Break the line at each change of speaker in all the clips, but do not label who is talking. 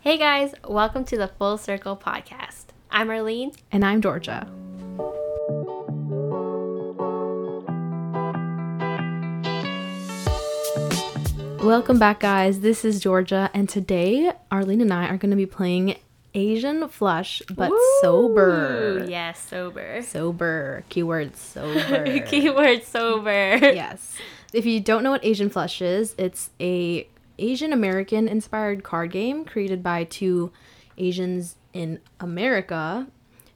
Hey guys, welcome to the Full Circle podcast. I'm Arlene.
And I'm Georgia. Welcome back, guys. This is Georgia, and today Arlene and I are going to be playing Asian Flush, but sober.
Ooh, yes, sober.
Sober. Keyword sober.
Keyword sober.
yes. If you don't know what Asian Flush is, it's a Asian American inspired card game created by two Asians in America,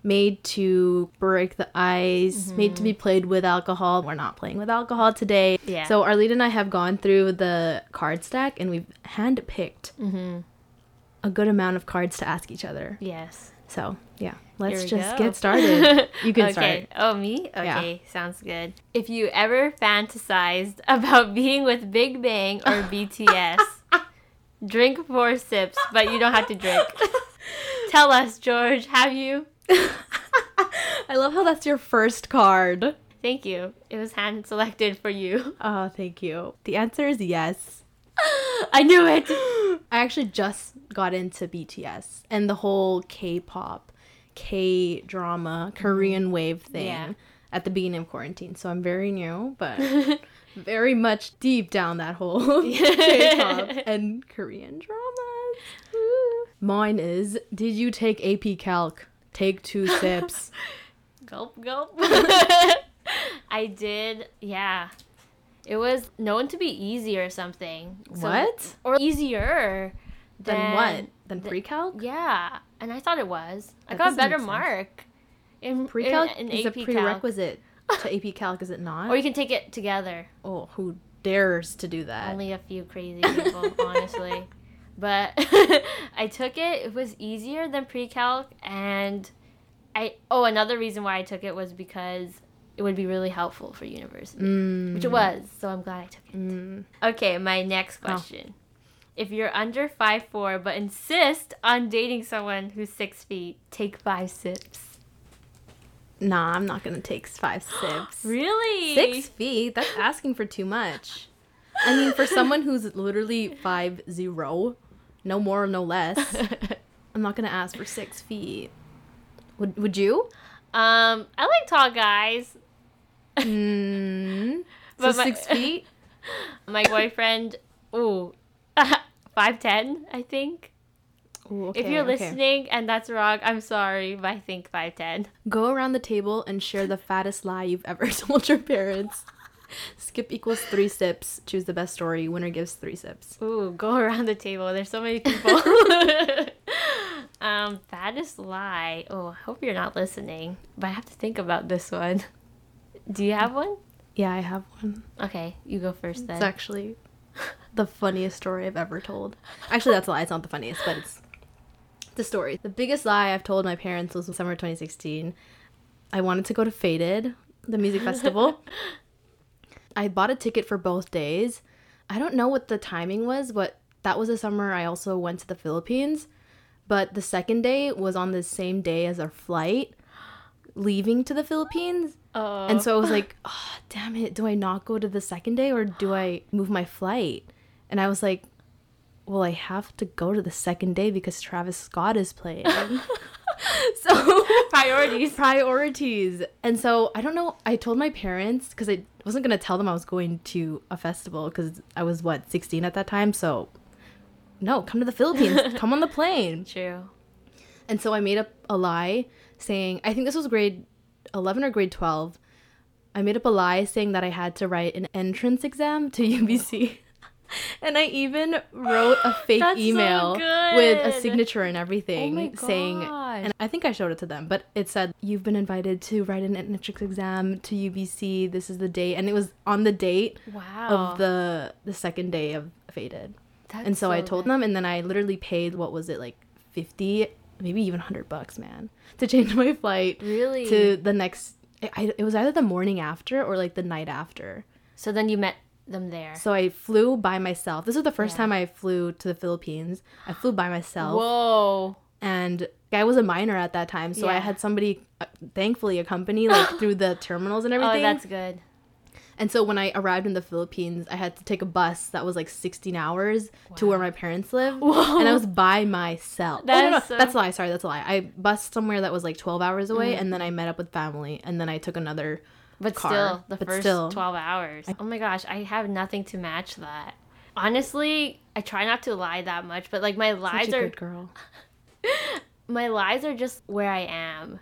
made to break the ice, made to be played with alcohol. We're not playing with alcohol today.
Mm-hmm. Yeah.
So Arlene and I have gone through the card stack and we've handpicked
Mm-hmm.
a good amount of cards to ask each other.
Yes.
So yeah, let's
Here we
just
go.
get started. You can
okay.
start.
Oh, me? Okay, sounds good. If you ever fantasized about being with Big Bang or BTS, drink four sips, but you don't have to drink. Tell us, George, have you?
I love how that's your first card.
Thank you. It was hand selected for you.
Oh, thank you. The answer is yes.
I knew it.
I actually just got into BTS and the whole K-pop, K-drama, Korean wave thing
Mm-hmm. Yeah.
at the beginning of quarantine. So I'm very new, but very much deep down that whole K-pop and Korean dramas. Mine is, did you take AP Calc? Take two sips.
Gulp, gulp. I did, yeah. It was known to be easy or something. So-
What?
Or easier than,
then what? Then pre-calc?
Yeah, and I thought it was. I got a
That doesn't make
better
sense.
mark in
Pre-calc
in, in
is a
AP Calc.
prerequisite to AP Calc, is it not?
Or you can take it together.
Oh, who dares to do that?
Only a few crazy people, honestly. But I took it. It was easier than pre-calc, and I. Oh, another reason why I took it was because it would be really helpful for university,
Mm,
which it was. So I'm glad I took it. Okay, my next
Oh.
question: If you're under five four but insist on dating someone who's six feet, take five sips.
Nah, I'm not gonna take five sips.
Really?
Six feet? That's asking for too much. I mean, for someone who's literally five zero, no more, no less, I'm not gonna ask for six feet. Would Would you?
um, I like tall guys.
Mm. So
But my-
six feet?
My boyfriend, ooh, five ten, I think.
Ooh,
if
okay,
you're
okay.
listening and that's wrong, I'm sorry, but I think five ten.
go around the table and share the fattest lie you've ever told your parents. Skip equals three sips. Choose the best story. Winner gives three sips.
Ooh, go around the table. There's so many people. um, fattest lie. Oh, I hope you're not listening, but I have to think about this one. Do you have one?
Yeah, I have one.
Okay, you go first then.
It's actually the funniest story I've ever told. Actually, that's a lie. It's not the funniest, but it's the story. The biggest lie I've told my parents was summer 2016. I wanted to go to Faded, the music festival. I bought a ticket for both days. I don't know what the timing was, but that was the summer I also went to the Philippines. But the second day was on the same day as our flight leaving to the Philippines.
Oh,
And so I was like, oh, damn it, do I not go to the second day or do I move my flight? And I was like, well, I have to go to the second day because Travis Scott is playing. so
priorities.
priorities. And so I don't know, I told my parents because I wasn't going to tell them I was going to a festival because I was, what, 16 at that time? So no, come to the Philippines, come on the plane.
True.
And so I made up a lie saying, I think this was grade 11 or grade 12. I made up a lie saying that I had to write an entrance exam
Oh.
to UBC. and I even wrote a fake
That's so
email with a
good.
signature and everything
Oh my
saying,
gosh.
and I think I showed it to them, but it said, You've been invited to write an entrance exam to UBC. This is the date. And it was on the date
Wow.
of the the second day of Faded.
That's
And so, I told
good.
them, and then I literally paid what was it like fifty, maybe even hundred bucks, man, to change my flight
Really?
to the next. I- I, it was either the morning after or like the night after.
So then you met them there.
So I flew by myself. This was the first
Yeah.
time I flew to the Philippines. I flew by myself,
Whoa.
and I was a minor at that time, so I
Yeah.
had somebody, uh, thankfully, accompany like through the terminals and everything.
Oh, that's good.
And so when I arrived in the Philippines, I had to take a bus that was like 16 hours to where my parents live.
Whoa.
And I was by myself.
That
oh, no, no,
is so-
That's a lie. Sorry, that's a lie. I bused somewhere that was like 12 hours away
Mm-hmm.
and then I met up with family and then I took another
But
car.
still, the
but
first
still.
12 hours. oh my gosh, I have nothing to match that. Honestly, I try not to lie that much, but like my
Such
lies
a
are
good girl.
my lies are just where I am.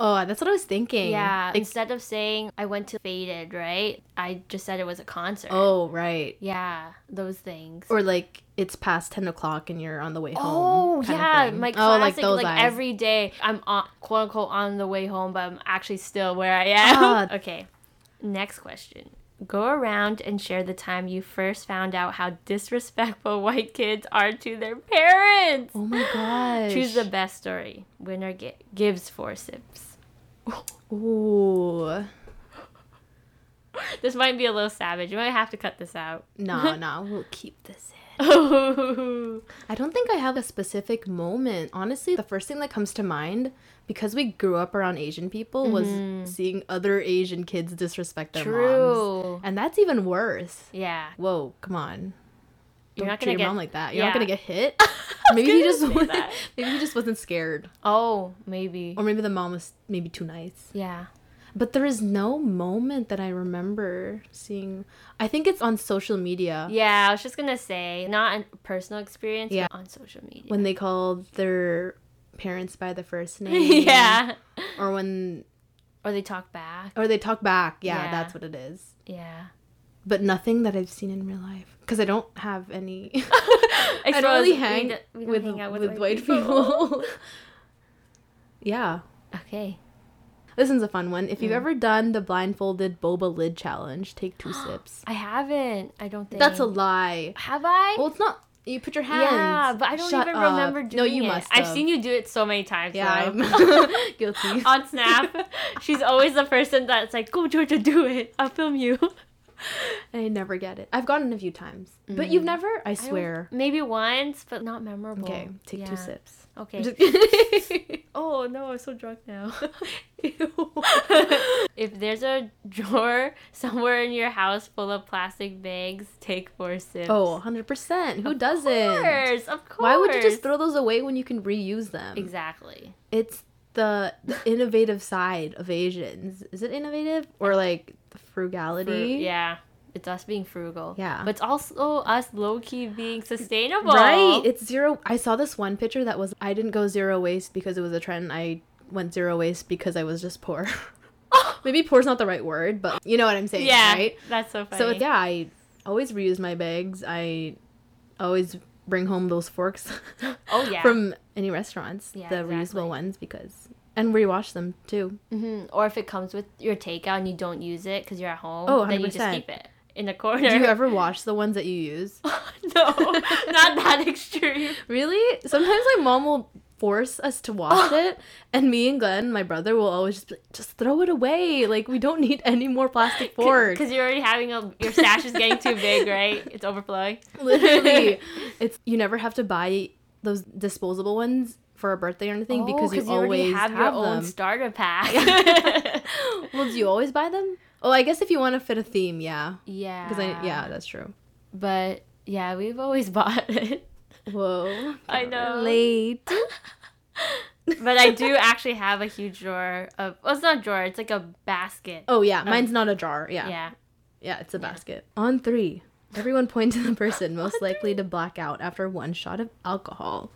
Oh, that's what I was thinking.
Yeah,
Like,
instead of saying I went to Faded, right? I just said it was a concert.
oh, right.
Yeah, those things.
Or like it's past 10 o'clock and you're on the way home.
Oh
kind of
yeah,
thing.
my
Oh,
classic like,
lies.
every day I'm on, quote unquote on the way home, but I'm actually still where I am.
Ah.
okay, next question. Go around and share the time you first found out how disrespectful white kids are to their parents.
Oh my gosh.
Choose the best story. Winner gi- gives four sips.
Ooh.
This might be a little savage. You might have to cut this out.
No, no, we'll keep this in. I don't think I have a specific moment. Honestly, the first thing that comes to mind, because we grew up around Asian people, was seeing other Asian kids disrespect their moms.
Mm-hmm. True.
And that's even worse.
Yeah.
Whoa, come on.
You're
don't
not
treat
gonna
your
get
mom like that. You're not
yeah.
gonna get hit. maybe he
gonna
just
say
wa-
that.
maybe he just wasn't scared,
Oh, maybe.
or maybe the mom was maybe too nice.
Yeah.
But there is no moment that I remember seeing. I think it's on social media
Yeah, I was just gonna say, not a personal experience,
Yeah.
but on social media.
when they called their parents by the first name.
yeah.
or when
Or they talk back.
or they talk back. Yeah,
Yeah.
that's what it is.
Yeah.
But nothing that I've seen in real life because I don't have any. I
Except
don't really
we
hang,
d- we don't
with,
hang out
with, white people. yeah,
Okay.
this one's a fun one. If you've ever done the blindfolded boba lid challenge, take two sips.
I haven't. I don't think.
That's a lie.
Have I?
Well, it's not. You put your hands.
yeah, but I don't
Shut
even
up.
remember doing
No, you
it.
must.
I've seen you do it so many times.
Yeah,
though.
I'm guilty.
on Snap, she's always the person that's like, "Go, Georgia, do it. I'll film you."
I never get it. I've gotten a few times, but you've never.
Mm.
I
I don't-
swear.
Maybe once, but not memorable.
okay, take
Yeah.
two sips.
Okay. Oh no, I'm so drunk now. if there's a drawer somewhere in your house full of plastic bags, take four sips.
Oh, 100%. Who doesn't?
Of course, of course.
Why would you just throw those away when you can reuse them?
Exactly.
It's the, the innovative side of Asians. Is it innovative or like the
Fru-
frugality?
yeah, it's us being frugal.
Yeah.
but it's also us low key being sustainable.
Right. It's zero. I saw this one picture that was I didn't go zero waste because it was a trend. I went zero waste because I was just poor. Maybe poor's not the right word, but you know what I'm saying,
yeah,
right?
that's so funny.
So yeah, I always reuse my bags. I always bring home those forks.
Oh, yeah.
From any restaurants,
Yeah,
the
exactly.
reusable ones because and rewash them too.
hmm Or if it comes with your takeout and you don't use it because you're at home,
Oh,
then you just
100%.
keep it in the corner.
Do you ever wash the ones that you use?
no, not that extreme.
Really? Sometimes my mom will force us to wash
Oh.
it and me and Glenn, my brother, will always just be like, just throw it away. Like we don't need any more plastic forks.
Because you're already having a your stash is getting too big, right? It's overflowing.
Literally. It's you never have to buy those disposable ones for a birthday or anything because you,
Oh, already
always have,
have, your
them.
own starter pack.
well, do you always buy them? Oh, I guess if you want to fit a theme, yeah.
yeah.
Because I yeah, that's true.
But yeah, we've always bought it.
Whoa.
I know.
Late.
But I do actually have a huge drawer of well, it's not a drawer, it's like a basket.
Oh yeah, mine's not a jar. Yeah. Yeah,
Yeah.
it's a basket. On three. Everyone point to the person most likely to black out after one shot of alcohol.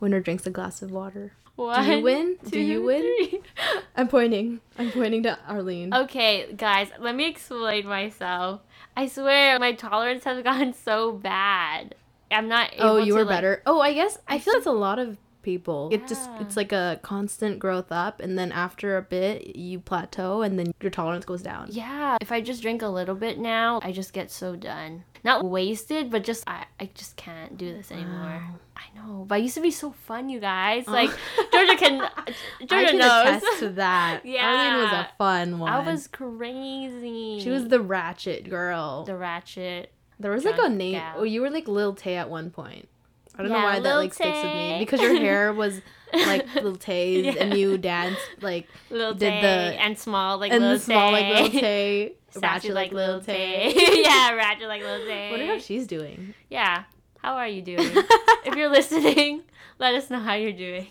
Winner drinks a glass of water.
One,
win? Do you win?
three. Oh,
I'm pointing. I'm pointing to Arlene.
Okay, guys, let me explain myself. I swear my tolerance has gotten so bad. I'm not able
oh, you
to,
were
like-
better. Oh, I guess I feel it's a lot of people. It just
Yeah.
it's like a constant growth up and then after a bit you plateau and then your tolerance goes down.
Yeah, if I just drink a little bit now, I just get so done. Not wasted, but just I, I just can't do this anymore. I know, but I used to be so fun, you guys. Like Georgia can,
Oh. I
Georgia
can
knows.
attest to that.
Yeah.
Arlene was a fun one.
I was crazy.
She was the ratchet girl.
the ratchet.
There was like a
drunk
name.
gal.
Oh, you were like Lil Tay at one point. I don't
Yeah,
know why that
Lil
like sticks with
Tay.
me because your hair was like little Tay's
Yeah.
and you danced like
Lil
did
Tay
the-
and small like
and
Lil
the small like little
Tay.
Tay,
Sassy
ratchet like little Tay.
yeah, ratchet like Lil Tay.
Wonder how she's doing.
yeah. How are you doing? if you're listening, let us know how you're doing.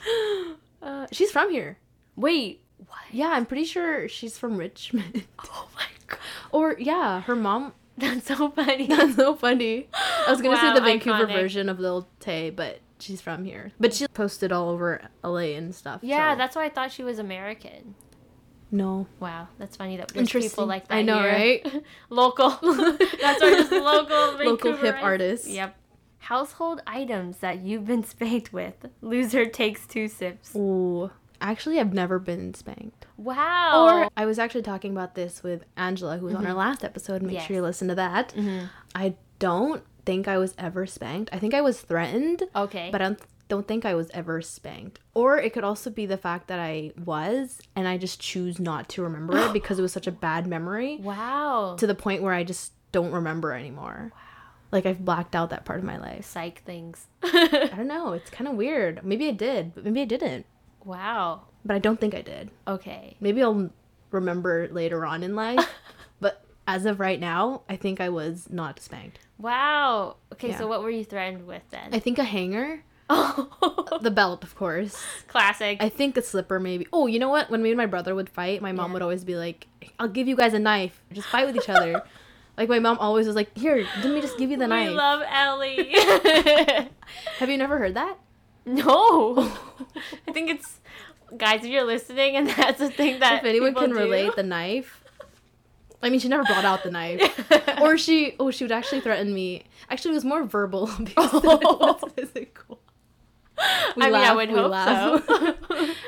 Uh, she's from here.
Wait, what?
Yeah, I'm pretty sure she's from Richmond.
Oh my god,
or yeah, her mom.
that's so funny.
That's so funny. I was gonna
Wow,
say the Vancouver
iconic.
version of Lil Tay, but she's from here. But she posted all over LA and stuff.
Yeah,
so-
that's why I thought she was American.
no.
Wow, that's funny that there's people
Interesting.
like that.
I know,
here.
right?
local. that's why just local.
Local hip
Vancouverites.
artists.
Yep. Household items that you've been spanked with. Loser takes two sips.
Ooh. Actually, I've never been spanked.
Wow.
Or I was actually talking about this with Angela, who was on our last episode. Make
Mm-hmm. Yes.
sure you listen to that.
Mhm.
I don't think I was ever spanked. I think I was threatened,
okay.
but I don't- don't think I was ever spanked. Or it could also be the fact that I was, and I just choose not to remember it because it was such a bad memory
wow.
to the point where I just don't remember anymore. Wow. Like I've blacked out that part of my life.
Psych things.
I don't know. It's kind of weird. Maybe I did, but maybe I didn't.
wow.
But I don't think I did.
Okay.
Maybe I'll remember later on in life. but as of right now, I think I was not spanked.
Wow. Okay, so
Yeah.
what were you threatened with then?
I think a hanger,
oh,
the belt, of course.
classic.
I think a slipper, maybe. Oh, you know what? When me and my brother would fight, my mom
Yeah.
would always be like, "I'll give you guys a knife. Just fight with each other." like my mom always was like, "Here, let me just give you the
we
knife."
love Ellie.
Have you never heard that?
no. I think it's guys if you're listening and that's a thing that
if anyone
people
can
do.
relate, the knife. I mean, she never brought out the knife. or she oh she would actually threaten me actually it was more verbal because
Oh.
it was physical
I mean, I
laugh,
would
we
hope
laugh.
so.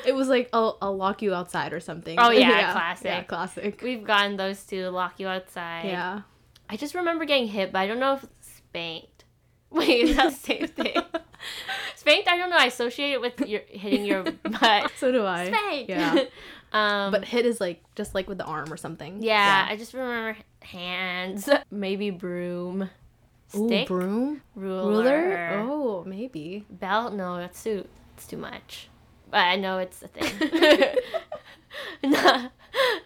it was like I'll, I'll lock you outside or something
Oh, yeah, classic.
yeah classic
We've gotten those two lock you outside.
yeah
I just remember getting hit, but I don't know if spanked. Wait, is that the same thing? spanked, I don't know. I associate it with your, hitting your butt.
so do I
Spanked.
yeah
um,
but hit is like just like with the arm or something
yeah, I just remember hands, maybe broom,
Ooh,
stick,
broom
ruler,
ruler oh maybe
belt. No, that's too. It's too much. But I know it's a thing. Nah.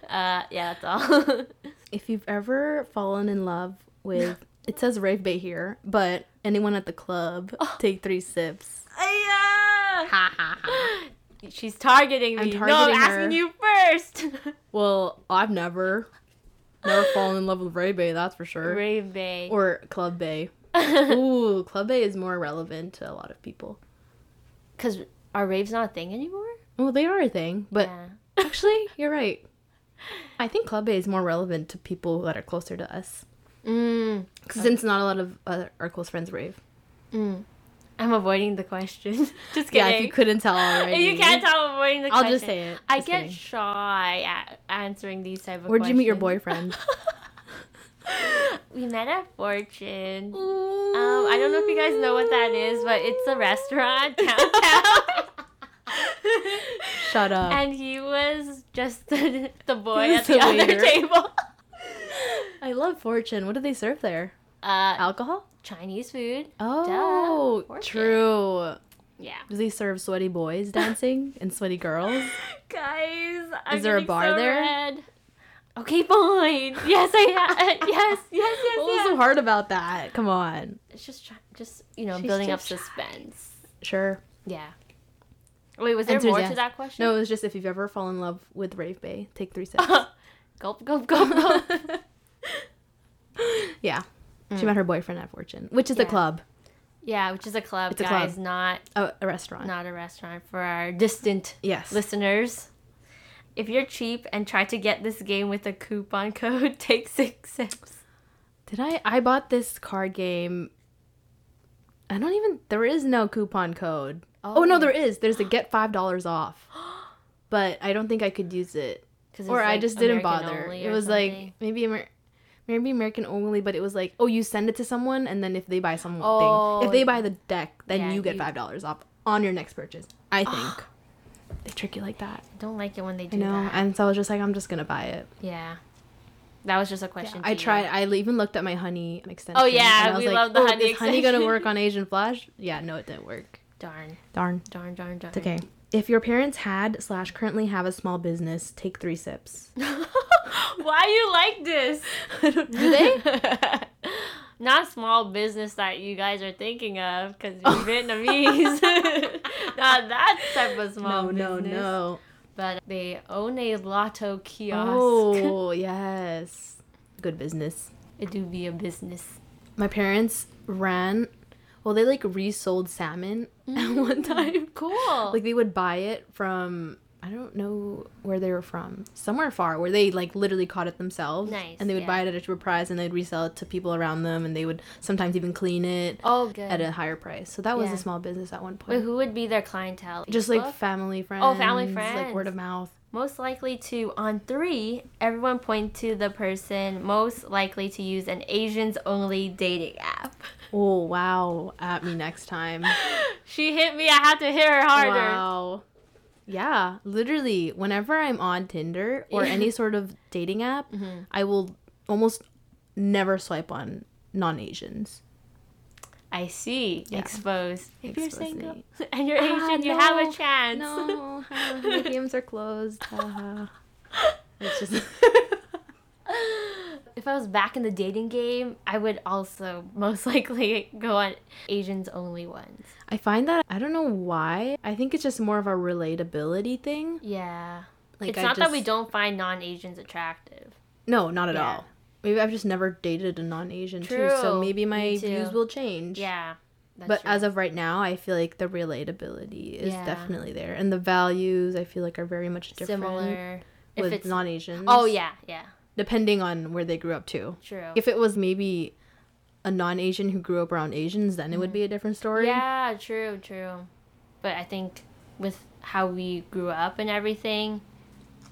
uh, yeah, that's all.
if you've ever fallen in love with it says rave bay here but anyone at the club take three sips
She's targeting me. no,
I'm
I'm
targeting her.
asking you first.
Well, I've never, never fallen in love with Ray Bay, that's for sure.
Rave Bay.
Or Club Bay.
Because
Ooh, Club Bay is more relevant to a lot of people.
are raves not a thing anymore?
Well, they are a thing, but
yeah.
actually, you're right. I think Club Bay is more relevant to people that are closer to us.
Mm,
'Cause Since not a lot of uh, our close friends rave.
mm. I'm avoiding the question. Just kidding.
Yeah, if you couldn't tell
If
already.
you can't tell, I'm avoiding the
I'll
question.
just say it.
I
Just
get
kidding.
shy at answering these type of
Where'd you meet your
questions.
boyfriend?
we met at Fortune.
um,
Um, I don't know if you guys know what that is, but it's a restaurant downtown.
Shut up.
and he was just the, the boy
He
at
was
the,
the
other
waiter.
table.
I love Fortune. What do they serve there?
Uh,
Alcohol?
Chinese food.
Oh,
Fortune.
true.
Yeah.
Do they serve sweaty boys dancing and sweaty girls?
Guys, I'm
Is there a
getting
bar
so
there?
red. Okay, fine. Yes, I ha- yes, yes, yes.
What
yes.
was so hard about that? Come on.
It's just, try- just you know,
She's
building up
just
suspense.
Sure.
Yeah. Wait, was there more to
Enthusiasm.
that question?
No, it was just if you've ever fallen in love with Rave Bay, take three sips.
Gulp, gulp, gulp, gulp.
yeah. She met her boyfriend at Fortune, which is a
Mm. Yeah.
club,
yeah, which is a club,
It's a
guys,
club.
not
a, a restaurant.
not a restaurant for our distant
Yes.
listeners. If you're cheap and try to get this game with a coupon code, take six sips.
Did I? I bought this card game. I don't even. There is no coupon code. Oh, no,
Oh.
there is. There's a get five dollars off, but I don't think I could use it,
'Cause it's,
or I
like,
just didn't
American
bother.
only
It
or
was
something.
like maybe Amer- maybe American only, but it was like oh, you send it to someone, and then if they buy something,
Oh.
if they buy the deck, then
Yeah,
you get
you-
five dollars off on your next purchase. I think they trick you like that.
I don't like it when they
I
do
know,
that.
and so I was just like, I'm just gonna buy it.
Yeah. That was just a question. to
I
you.
tried. I l- even looked at my honey extension.
Oh, yeah,
and I was
we
like,
love the
"Oh,
honey
Is honey gonna
extension."
work on Asian Flash? Yeah, no, it didn't work.
Darn,
Darn.
darn, darn, darn.
It's okay. If your parents had slash currently have a small business, take three sips.
Why you like this?
I don't
Do they? Not small business that you guys are thinking of because you're
Oh.
Vietnamese. Not that type of small
No, no,
business.
no.
But they own a lotto kiosk.
Oh, yes. Good business.
it do be a business.
My parents ran. Well, they like resold salmon at
Mm.
one time.
Cool.
Like they would buy it from I don't know where they were from, somewhere far where they like literally caught it themselves.
Nice,
And they would
yeah.
buy it at a cheaper price and they'd resell it to people around them and they would sometimes even clean it
oh, good.
at a higher price. So that was
Yeah.
a small business at one
Wait,
point.
who would be their clientele?
Just like
Facebook?
family friends.
Oh, family
Like word
friends.
of mouth.
most likely to on three, everyone point to the person most likely to use an Asians only dating app.
Oh wow, at me next time.
She hit me. I had to hit her harder.
Wow. Yeah, literally, whenever I'm on Tinder or
Yeah.
any sort of dating app,
Mm-hmm.
I will almost never swipe on non Asians.
I see.
Yeah.
Exposed. If
Expose
you're single
me.
and you're Asian,
Ah,
you have
no.
a chance.
No, huh, my DMs are closed. haha. It's just
If I was back in the dating game, I would also most likely go on Asians only ones.
I find that I don't know why. I think it's just more of a relatability thing.
Yeah.
Like
it's
I
not that
just-
we don't find non Asians attractive.
No, not at
Yeah.
all. Maybe I've just never dated a non-Asian too,
True,
so maybe my
me too.
views will change.
Yeah. That's
but
true.
as of right now, I feel like the relatability is
Yeah.
definitely there, and the values I feel like are very much different
similar. If
with
it's
non-Asians.
Oh yeah, yeah.
depending on where they grew up too.
True.
If it was maybe a non-Asian who grew up around Asians, then it would be a different story.
Mm-hmm. Yeah, true, true. But I think with how we grew up and everything,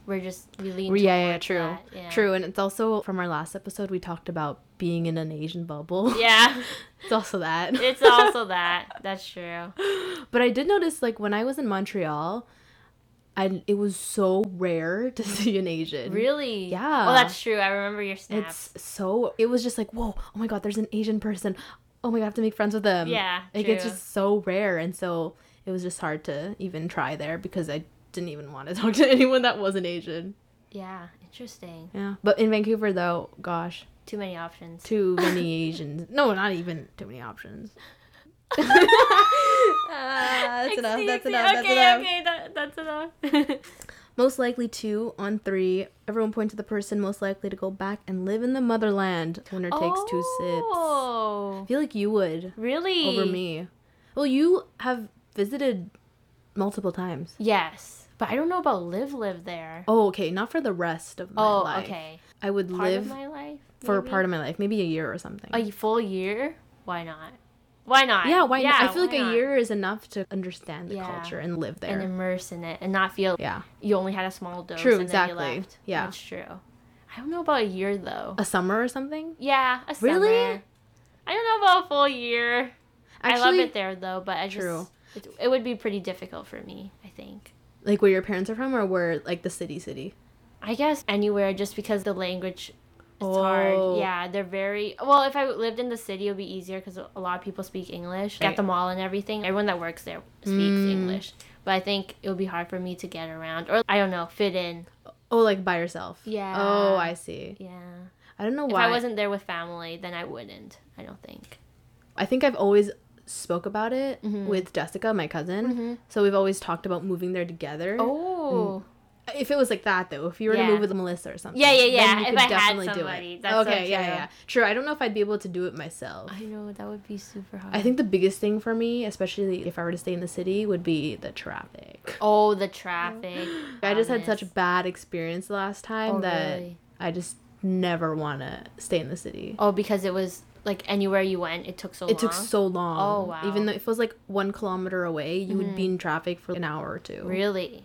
we're just we lean
Yeah, yeah, yeah,
towards
true,
that, yeah.
true, and it's also from our last episode we talked about being in an Asian bubble.
Yeah.
it's also that.
It's also that. That's true.
But I did notice, like, when I was in Montreal, I it was so rare to see an Asian.
Really?
Yeah.
Well, that's true. I remember your snaps.
It's so. It was just like, whoa, oh my god, there's an Asian person. Oh my god, I have to make friends with them.
Yeah,
Like, it's
true.
just so rare. And so it was just hard to even try there because I didn't even want to talk to anyone that wasn't Asian.
Yeah. Interesting.
Yeah. But in Vancouver, though, gosh,
Too many options.
too many Asians. No, not even too many options. Ah, that's enough.
Excuse
That's
me.
enough.
Okay,
that's enough.
okay, that, that's enough.
Most likely two on three. Everyone point to the person most likely to go back and live in the motherland. Winner takes two sips.
Oh,
I feel like you would
really?
over me. Well, you have visited multiple times.
Yes, but I don't know about live live there.
Oh, okay. Not for the rest of my
Oh,
life.
okay.
I would
Part
live
of my life
for
maybe?
part of my life, maybe a year or something.
a full year. Why not? Why not?
yeah, why not? I feel
why
like a
not?
year is enough to understand the
Yeah.
culture and live there.
and immerse in it and not feel
yeah.
you only had a small dose.
True,
and
exactly.
Then you left.
Yeah.
that's true. I don't know about a year though.
A summer or something?
yeah, a
Really?
summer. I don't know about a full year. I love
Actually,
it there though, but I
True.
just it, it would be pretty difficult for me. I think.
like where your parents are from or where like the city city?
I guess anywhere just because the language is
Oh.
hard. Yeah, they're very well. If I lived in the city, it would be easier because a lot of people speak English
Right.
at the mall and everything. Everyone that works there speaks English, but I think it would be hard for me to get around or I don't know, fit in.
Oh, like by yourself.
Yeah.
Oh, I see.
Yeah,
I don't know
if
why.
I wasn't there with family, then I wouldn't. I don't think.
I think I've always spoke about it
Mm-hmm.
with Jessica, my cousin. So we've always talked about moving there together.
Oh,
If it was like that though, if you were
Yeah.
to move with Melissa or something.
Yeah, yeah, yeah.
you
If
could
I had
definitely do it.
somebody, that's so
okay, yeah,
true.
yeah, yeah. True. I don't know if I'd be able to do it myself.
I know that would be super hard.
I think the biggest thing for me, especially if I were to stay in the city, would be the traffic.
Oh, the traffic.
I just had
Honest.
such bad experience the last time
Oh,
that
really?
I just never want to stay in the city.
Oh, because it was like anywhere you went, it took so long.
It took so long.
Oh, wow. Mm-hmm.
Even though if it was like one kilometer away, you would be in traffic for an hour or two.
Really?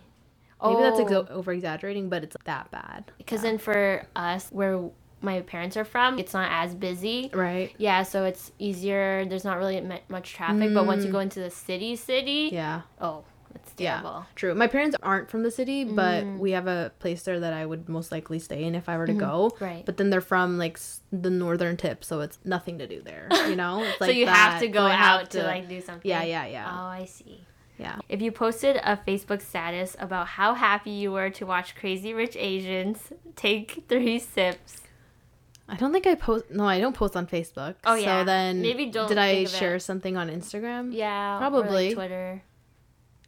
Maybe that's
Oh.
ex- over exaggerating, but it's that bad.
Because then for us, where my parents are from, it's not as busy.
Right?
Yeah, so it's easier. There's not really m- much traffic. But once you go into the city, city,
Mm. Yeah.
oh, It's
Yeah,
terrible. Mm.
true. My parents aren't from the city, but we have a place there that I would most likely stay in if I were to go.
Mm-hmm. Right.
But then they're from like s- the northern tip, so it's nothing to do there. You know, it's
so you
that,
have to
so
go
I have
out to, like do something.
Yeah, yeah, yeah.
Oh, I see.
yeah.
If you posted a Facebook status about how happy you were to watch Crazy Rich Asians take three sips,
I don't think I post. No, I don't post on Facebook.
Oh, yeah.
So then
Maybe don't
Did I
think of it.
share something on Instagram?
yeah, or, like,
Probably.
Twitter.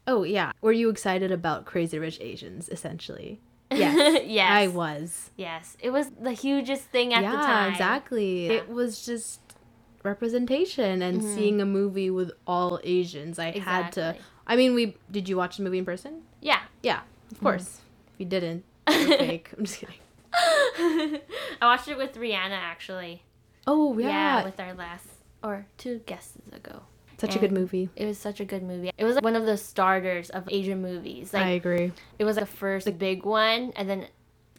Oh yeah. Were you excited about Crazy Rich Asians? Essentially. Yes.
yes,
I was.
Yes, it was the hugest thing at
yeah.
the time.
Exactly. Mm-hmm.
Yeah.
It was just representation and seeing a movie with all Asians. I had to.
Exactly.
I mean, we did you watch the movie in person?
Yeah.
Yeah, of course. If you didn't, you're fake. I'm just kidding.
I watched it with Rihanna actually.
Oh yeah,
Yeah. with our last or two guests ago.
such a good movie.
It was such a good movie. It was like, one of the starters of Asian movies. Like
I agree.
it was like, the first big one, and then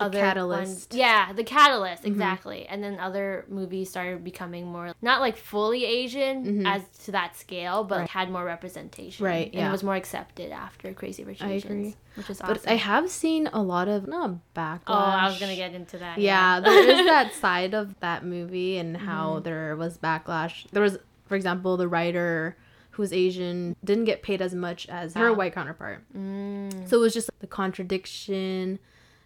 other
catalyst. Mm-hmm.
Ones, yeah, the catalyst exactly. And then other movies started becoming more not like fully Asian as to that scale, but like, had more representation.
Mm-hmm. Right,
and
yeah.
it was more accepted after Crazy Rich
I
Asians,
agree.
which is awesome.
But I have seen a lot of not backlash.
oh, I was gonna get into that.
Yeah, Mm-hmm. there is that side of that movie and how there was backlash. There was, for example, the writer who was Asian didn't get paid as much as her
Ah.
white counterpart.
Mm,
So it was just the contradiction.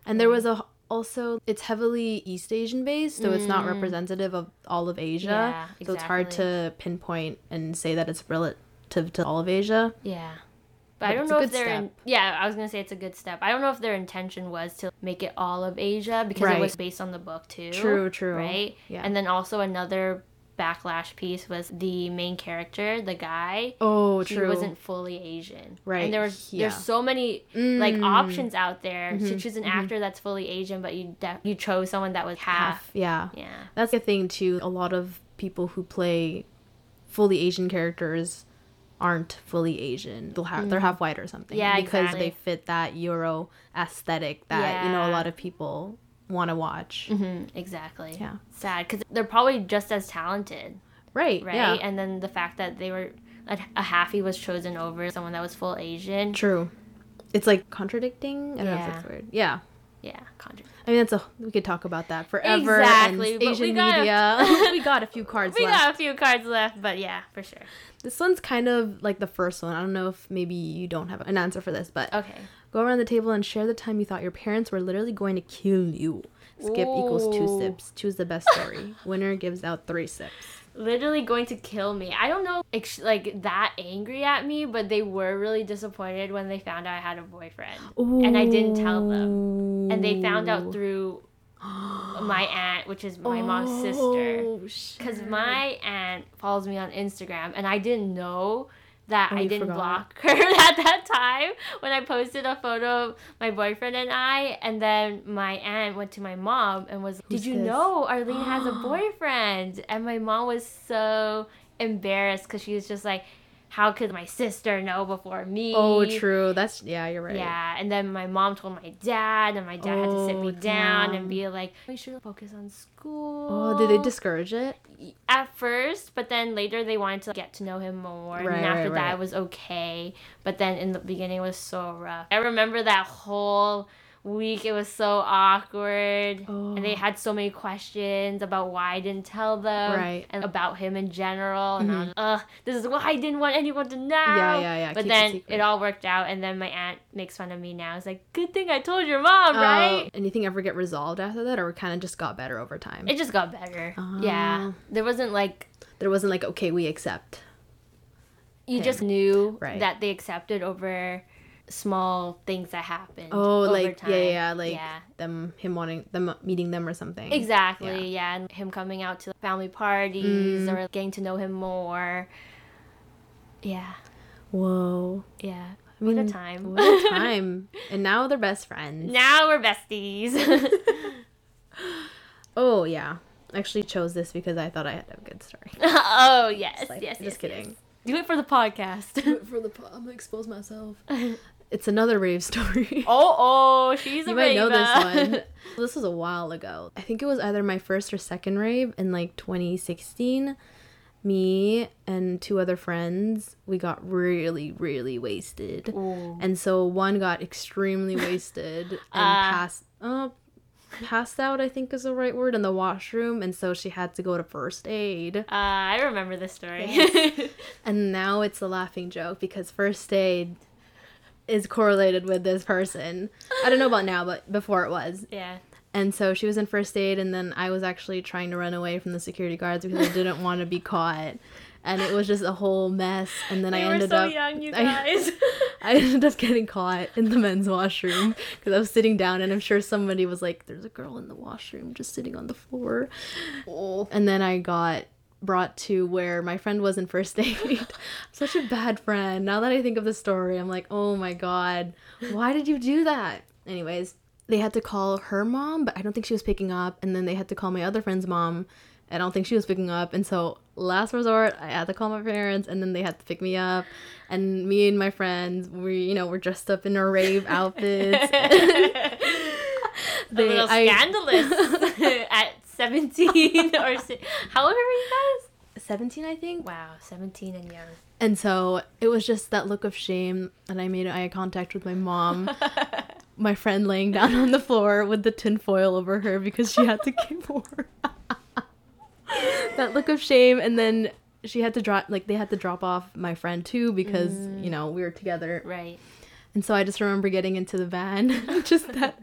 And there was a also it's heavily East Asian based, so it's not representative of all of Asia.
Yeah,
So it's hard
exactly.
to pinpoint and say that it's relative to all of Asia.
yeah. But, I
But
don't
it's a
know if
good
they're in,
step.
yeah, I was going to say it's a good step. I don't know if their intention was to make it all of Asia because
Right.
it was based on the book too.
True, true.
Right?
Yeah.
And then also another backlash piece was the main character, the guy.
Oh,
He
true.
wasn't fully Asian.
Right,
And there was
yeah. Mm. Mm-hmm.
there's so many like options out there to choose an actor that's fully Asian, but you def- you chose someone that was half.
yeah.
Yeah.
That's the thing too. A lot of people who play fully Asian characters aren't fully Asian. They'll have they're half white or something.
Mm. Yeah,
because
exactly.
they fit that Euro aesthetic that you know a
Yeah.
lot of people want to watch.
hmm exactly.
Mm-hmm. Yeah.
Sad because they're probably just as talented.
Right.
right?
Yeah.
And then the fact that they were a, a halfie was chosen over someone that was full Asian.
True. It's like contradicting. I don't know if that's
Yeah.
the word. Yeah.
Yeah, contra-
I mean, that's a we could talk about that forever.
Exactly,
and
but we
Asian
got a-
media. we got a few cards
we
left.
got a few cards left, but yeah, for sure.
This one's kind of like the first one. I don't know if maybe you don't have an answer for this, but
Okay.
Go around the table and share the time you thought your parents were literally going to kill you. Skip equals two
Ooh.
sips. Choose the best story. Winner gives out three sips.
Literally going to kill me. I don't know, ex- like that angry at me, but they were really disappointed when they found out I had a boyfriend, and I didn't tell them, and they found out through my aunt, which is my mom's sister.
Oh, shit.
Because my aunt follows me on Instagram, and I didn't know that I
Oh, you
didn't
forgot.
block her at that time when I posted a photo of my boyfriend and I. And then my aunt went to my mom and was,
Who's
Did you
this?"
know Arlene has a boyfriend? And my mom was so embarrassed because she was just like, How could my sister know before me?
Oh, true. That's yeah. You're right.
Yeah, and then my mom told my dad, and my dad had to sit
Oh,
me down
damn.
and be like, "We should focus on school."
Oh, did they discourage it?
at first, but then later they wanted to get to know him more. and
Right,
then after
right,
that,
right.
it was okay. But then in the beginning, it was so rough. I remember that whole week, it was so awkward. And
Oh.
they had so many questions about why I didn't tell them
Right. Mm-hmm.
and about him in general. And I was ugh, this is why I didn't want anyone to know.
Yeah, yeah, yeah,
But
keep it
then
secret.
it all worked out. And then my aunt makes fun of me now. It's like, good thing I told your mom, right?
Oh, anything ever get resolved after that, or kind of just got better over time?
It just got better.
Oh.
Yeah. There wasn't like
there wasn't like okay, we accept.
you just knew
Right.
that they accepted over small things that happened.
Oh,
over
like yeah, yeah, yeah,
time.
like
yeah.
them, him wanting them meeting them or something.
Exactly, yeah. and him coming out to family parties
Mm.
or getting to know him more. Yeah,
Whoa.
yeah.
I
What a
mean,
time.
What a time. and now they're best friends.
now we're besties.
Oh yeah, I actually chose this because I thought I had a good story.
oh yes,
Like,
yes,
just
yes,
kidding.
yes. Do it for the podcast.
For the I'm gonna expose myself. it's another rave story.
oh oh, she's a
you might know this
rave.
one. this was a while ago. I think it was either my first or second rave in like 2016, me and two other friends, we got really, really wasted.
Ooh.
And so one got extremely wasted and
Ah.
passed uh, passed out, I think is the right word, in the washroom. And so she had to go to first aid.
Uh, I remember this story.
And now it's a laughing joke because first aid is correlated with this person. I don't know about now, but before it was.
yeah.
And so she was in first aid, and then I was actually trying to run away from the security guards because I didn't want to be caught. And it was just a whole mess. And then I
you were
ended
so
up.
young, you
I-
guys.
I ended up getting caught in the men's washroom because I was sitting down, and I'm sure somebody was like, "There's a girl in the washroom just sitting on the floor," and then I got brought to where my friend was in first aid. Such a bad friend. Now that I think of the story, I'm like, "Oh my god, why did you do that?" Anyways, they had to call her mom, but I don't think she was picking up, and then they had to call my other friend's mom. I don't think she was picking up. And so, last resort, I had to call my parents, and then they had to pick me up. And me and my friends, we, you know, were dressed up in our rave outfits.
a little
I-
scandalous at 17 or si- how old were you guys?
17, I think.
Wow, 17 and young.
And so, it was just that look of shame. And I made eye contact with my mom, my friend laying down on the floor with the tinfoil over her because she had to give more. that look of shame. And then she had to drop, like, they had to drop off my friend too because, you know, we were together.
right.
And so I just remember getting into the van. just that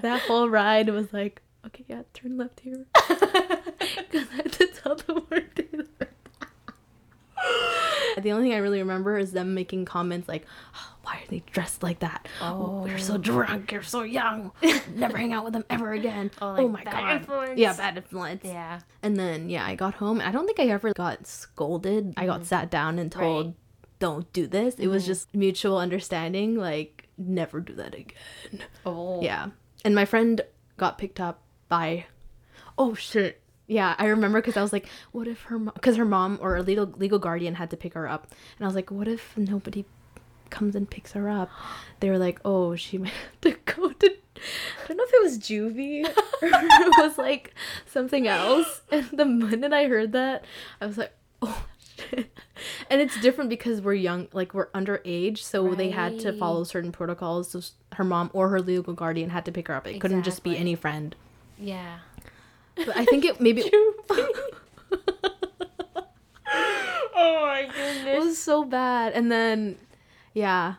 that whole ride was like, okay, yeah, turn left here. Because I had to tell the word to the The only thing I really remember is them making comments like, "Oh, why are they dressed like that? Oh, you're so drunk. You're so young. Never hang out with them ever again.
Oh,
Oh,
like
my
bad
God.
influence.
Yeah, bad influence.
Yeah.
And then, yeah, I got home. I don't think I ever got scolded. I got sat down and told,
Mm-hmm. Right. Mm-hmm.
don't do this. It was just mutual understanding, like, never do that again.
Oh.
Yeah. And my friend got picked up by, oh, shit. Yeah, I remember because I was like, what if her mom, because her mom or a legal, legal guardian had to pick her up. And I was like, what if nobody comes and picks her up? They were like, oh, she might have to go to, I don't know if it was juvie or it was like something else. And the minute I heard that, I was like, oh, shit. And it's different because we're young, like we're underage, so they had to
Right.
follow certain protocols. So s- her mom or her legal guardian had to pick her up. It couldn't just be
Exactly.
any friend.
Yeah.
But I think it maybe
Oh my
it
goodness.
was so bad. And then, yeah,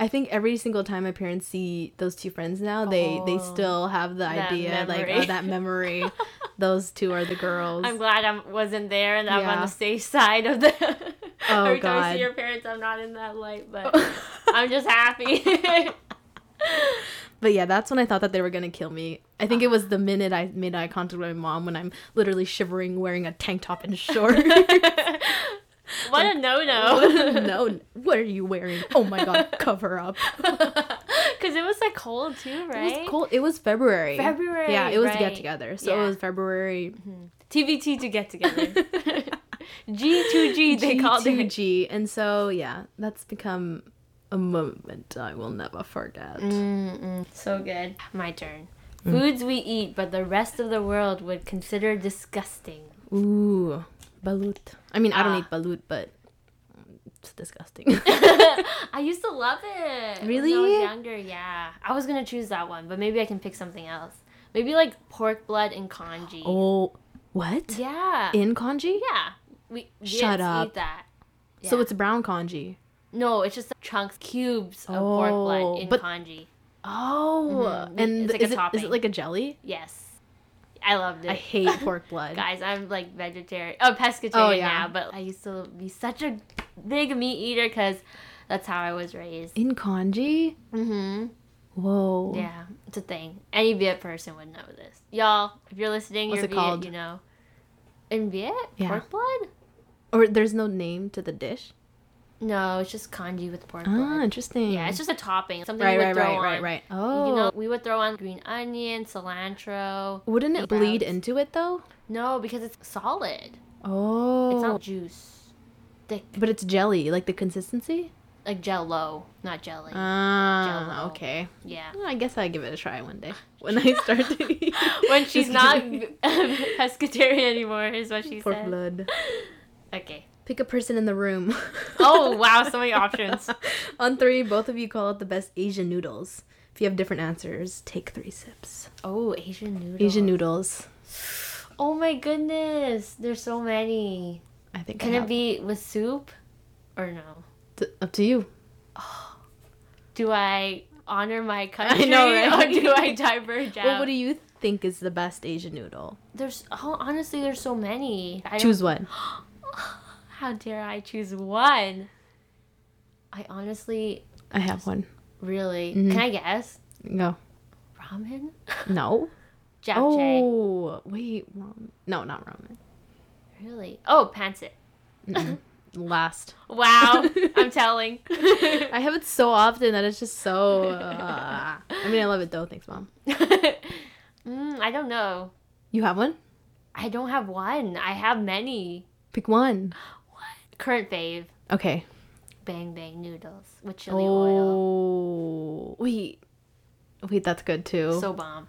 I think every single time my parents see those two friends now, they they
Oh,
still have the
that
idea, like
memory.
oh, that memory. those two are the girls.
I'm glad I wasn't there and I'm on
Yeah.
the safe side of the.
Oh,
Every time I
God.
see your parents, I'm not in that light, but I'm just happy.
But yeah, that's when I thought that they were gonna kill me. I think it was the minute I made eye contact with my mom when I'm literally shivering, wearing a tank top and shorts.
what a no no.
no, what are you wearing? Oh my god, cover up.
Because it was like cold too, right?
It was cold. It was February.
February.
Yeah, it was
right.
get together. So
Yeah.
it was February.
TBT to get together. G2G, they called it.
G2G. And so yeah, that's become a moment I will never forget.
Mm. Mm-mm. So good. My turn.
Mm.
Foods we eat, but the rest of the world would consider disgusting.
Ooh, balut. I mean, I don't
Ah.
eat balut, but um, it's disgusting.
I used to love it. When I
Really?
was younger, yeah. I was gonna choose that one, but maybe I can pick something else. Maybe like pork blood and congee.
oh, what?
Yeah.
In kanji?
yeah. We
Shut
Shut up.
up.
eat that.
So
Yeah.
it's brown kanji.
no, it's just chunks, cubes of pork
Oh,
blood in
but-
kanji.
Oh,
Mhm.
and
It's like a
is, it, is
topping.
it like a jelly?
Yes. I loved it.
I hate pork blood.
Guys, I'm like vegetarian, oh pescatarian
Oh, yeah.
now, but I used to be such a big meat eater because that's how I was raised.
In kanji?
Mm-hmm.
Whoa.
Yeah, it's a thing. Any Viet person would know this, y'all. If you're listening,
What's
you're
it
Viet,
called?
you know. In Viet,
Yeah.
pork blood?
Or there's no name to the dish?
No, it's just kanji with pork
Ah,
blood.
interesting.
Yeah, it's just a topping, something
right,
you would
right,
throw on.
right, right, right. Oh.
You know, we would throw on green onion, cilantro.
Wouldn't
Eat
it bleed
out.
into it though?
No, because it's solid.
Oh.
It's not juice. Thick,
but it's jelly, like the consistency?
like jello, not jelly.
Ah,
Jell-O.
okay.
yeah.
Well, I guess I give it a try one day when I start to eat.
when she's
Just
not
kidding.
pescatarian anymore is what she
pork
said.
blood.
Okay.
Pick a person in the room.
Oh wow, so many options.
On three, both of you call it the best Asian noodles. If you have different answers, take three sips.
Oh, Asian noodles.
Asian noodles.
Oh my goodness, there's so many.
I think. I
Can
have-
it be with soup, or no?
T- up to you.
Do I honor my country,
know, right?
or do I diverge out?
Well, what do you think is the best Asian noodle?
there's oh, honestly, there's so many. I don't-
Choose one.
How dare I choose one? I honestly,
I have one.
really,
Mhm.
can I guess?
Go.
Ramen,
No.
japchae,
Oh wait, ram- no, not ramen.
really? Oh, pancit.
Last.
Wow, I'm telling.
I have it so often that it's just so. Uh, I mean, I love it though. Thanks, mom.
Mm, I don't know.
You have one?
I don't have one. I have many.
Pick one.
Current fave,
Okay.
bang bang noodles with chili oil.
Oh wait, wait, that's good too.
So bomb.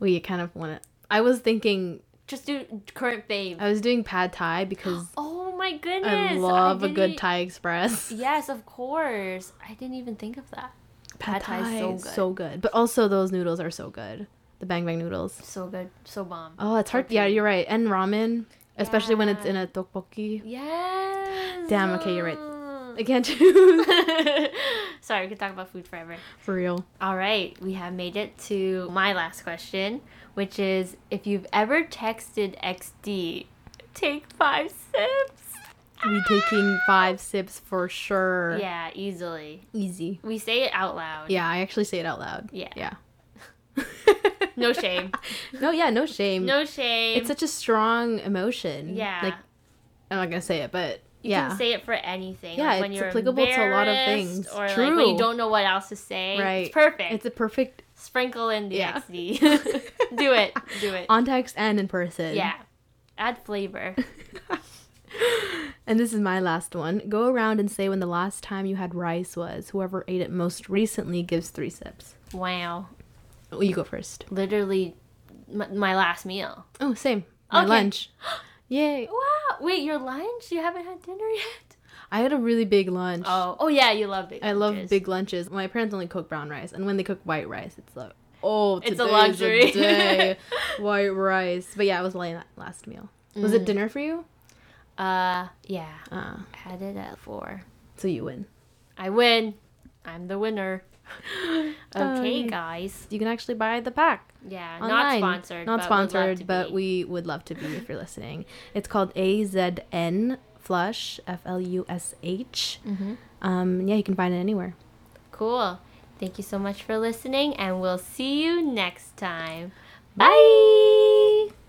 we kind of want it. I was thinking
Just do current fave.
I was doing pad thai because
Oh my goodness.
I love a good
didn't- e-
Thai express.
Yes, of course. I didn't even think of that. Pad Thai is so good.
so good. But also those noodles are so good. The bang bang noodles.
So good. So bomb.
Oh, it's hard. Yeah,
Okay.
you're right. And ramen, especially when it's
Yeah.
in a tteokbokki.
Yes.
Damn, okay, you're right.
Mm.
I can't choose.
Sorry, we could talk about food forever.
For real.
All right, we have made it to my last question, which is if you've ever texted XD, take five sips.
We taking five sips for sure.
Yeah, easily.
Easy.
We say it out loud.
Yeah, I actually say it out loud.
Yeah.
Yeah.
No shame.
No, yeah, no shame.
No shame.
It's such a strong emotion.
yeah.
Like I'm not gonna say it, but
you
yeah.
can say it for anything.
Yeah,
like when
it's
you're
applicable to a lot of
embarrassed
things.
Or like when
True.
you don't know what else to say.
Right.
It's perfect.
it's a perfect
Sprinkle in the
Yeah.
XD. Do it. Do it.
on text and in person.
Yeah. Add flavor.
And this is my last one. Go around and say when the last time you had rice was. Whoever ate it most recently gives three sips.
wow.
Oh, you go first.
Literally m- my last meal.
Oh, same. My
Okay.
lunch. Yay.
Wow. Wait, your lunch? You haven't had dinner yet?
I had a really big lunch.
Oh, oh yeah, you love big.
I love
lunches.
big lunches. My parents only cook brown rice, and when they cook white rice, it's like, oh,
It's a
today's
luxury.
day. white rice. But yeah, it was my last meal. Was
Mm.
it dinner for you?
Uh, yeah.
Uh,
I had it at four.
so you win.
I win. I'm the winner. okay,
Done.
guys.
You can actually buy the pack.
Yeah,
Online.
not sponsored.
Not
but
sponsored,
would love to
but
be.
we would love to be if you're listening. It's called AZN Flush, F L U S H.
Mm-hmm.
Um, yeah, you can find it anywhere.
cool. Thank you so much for listening, and we'll see you next time. Bye.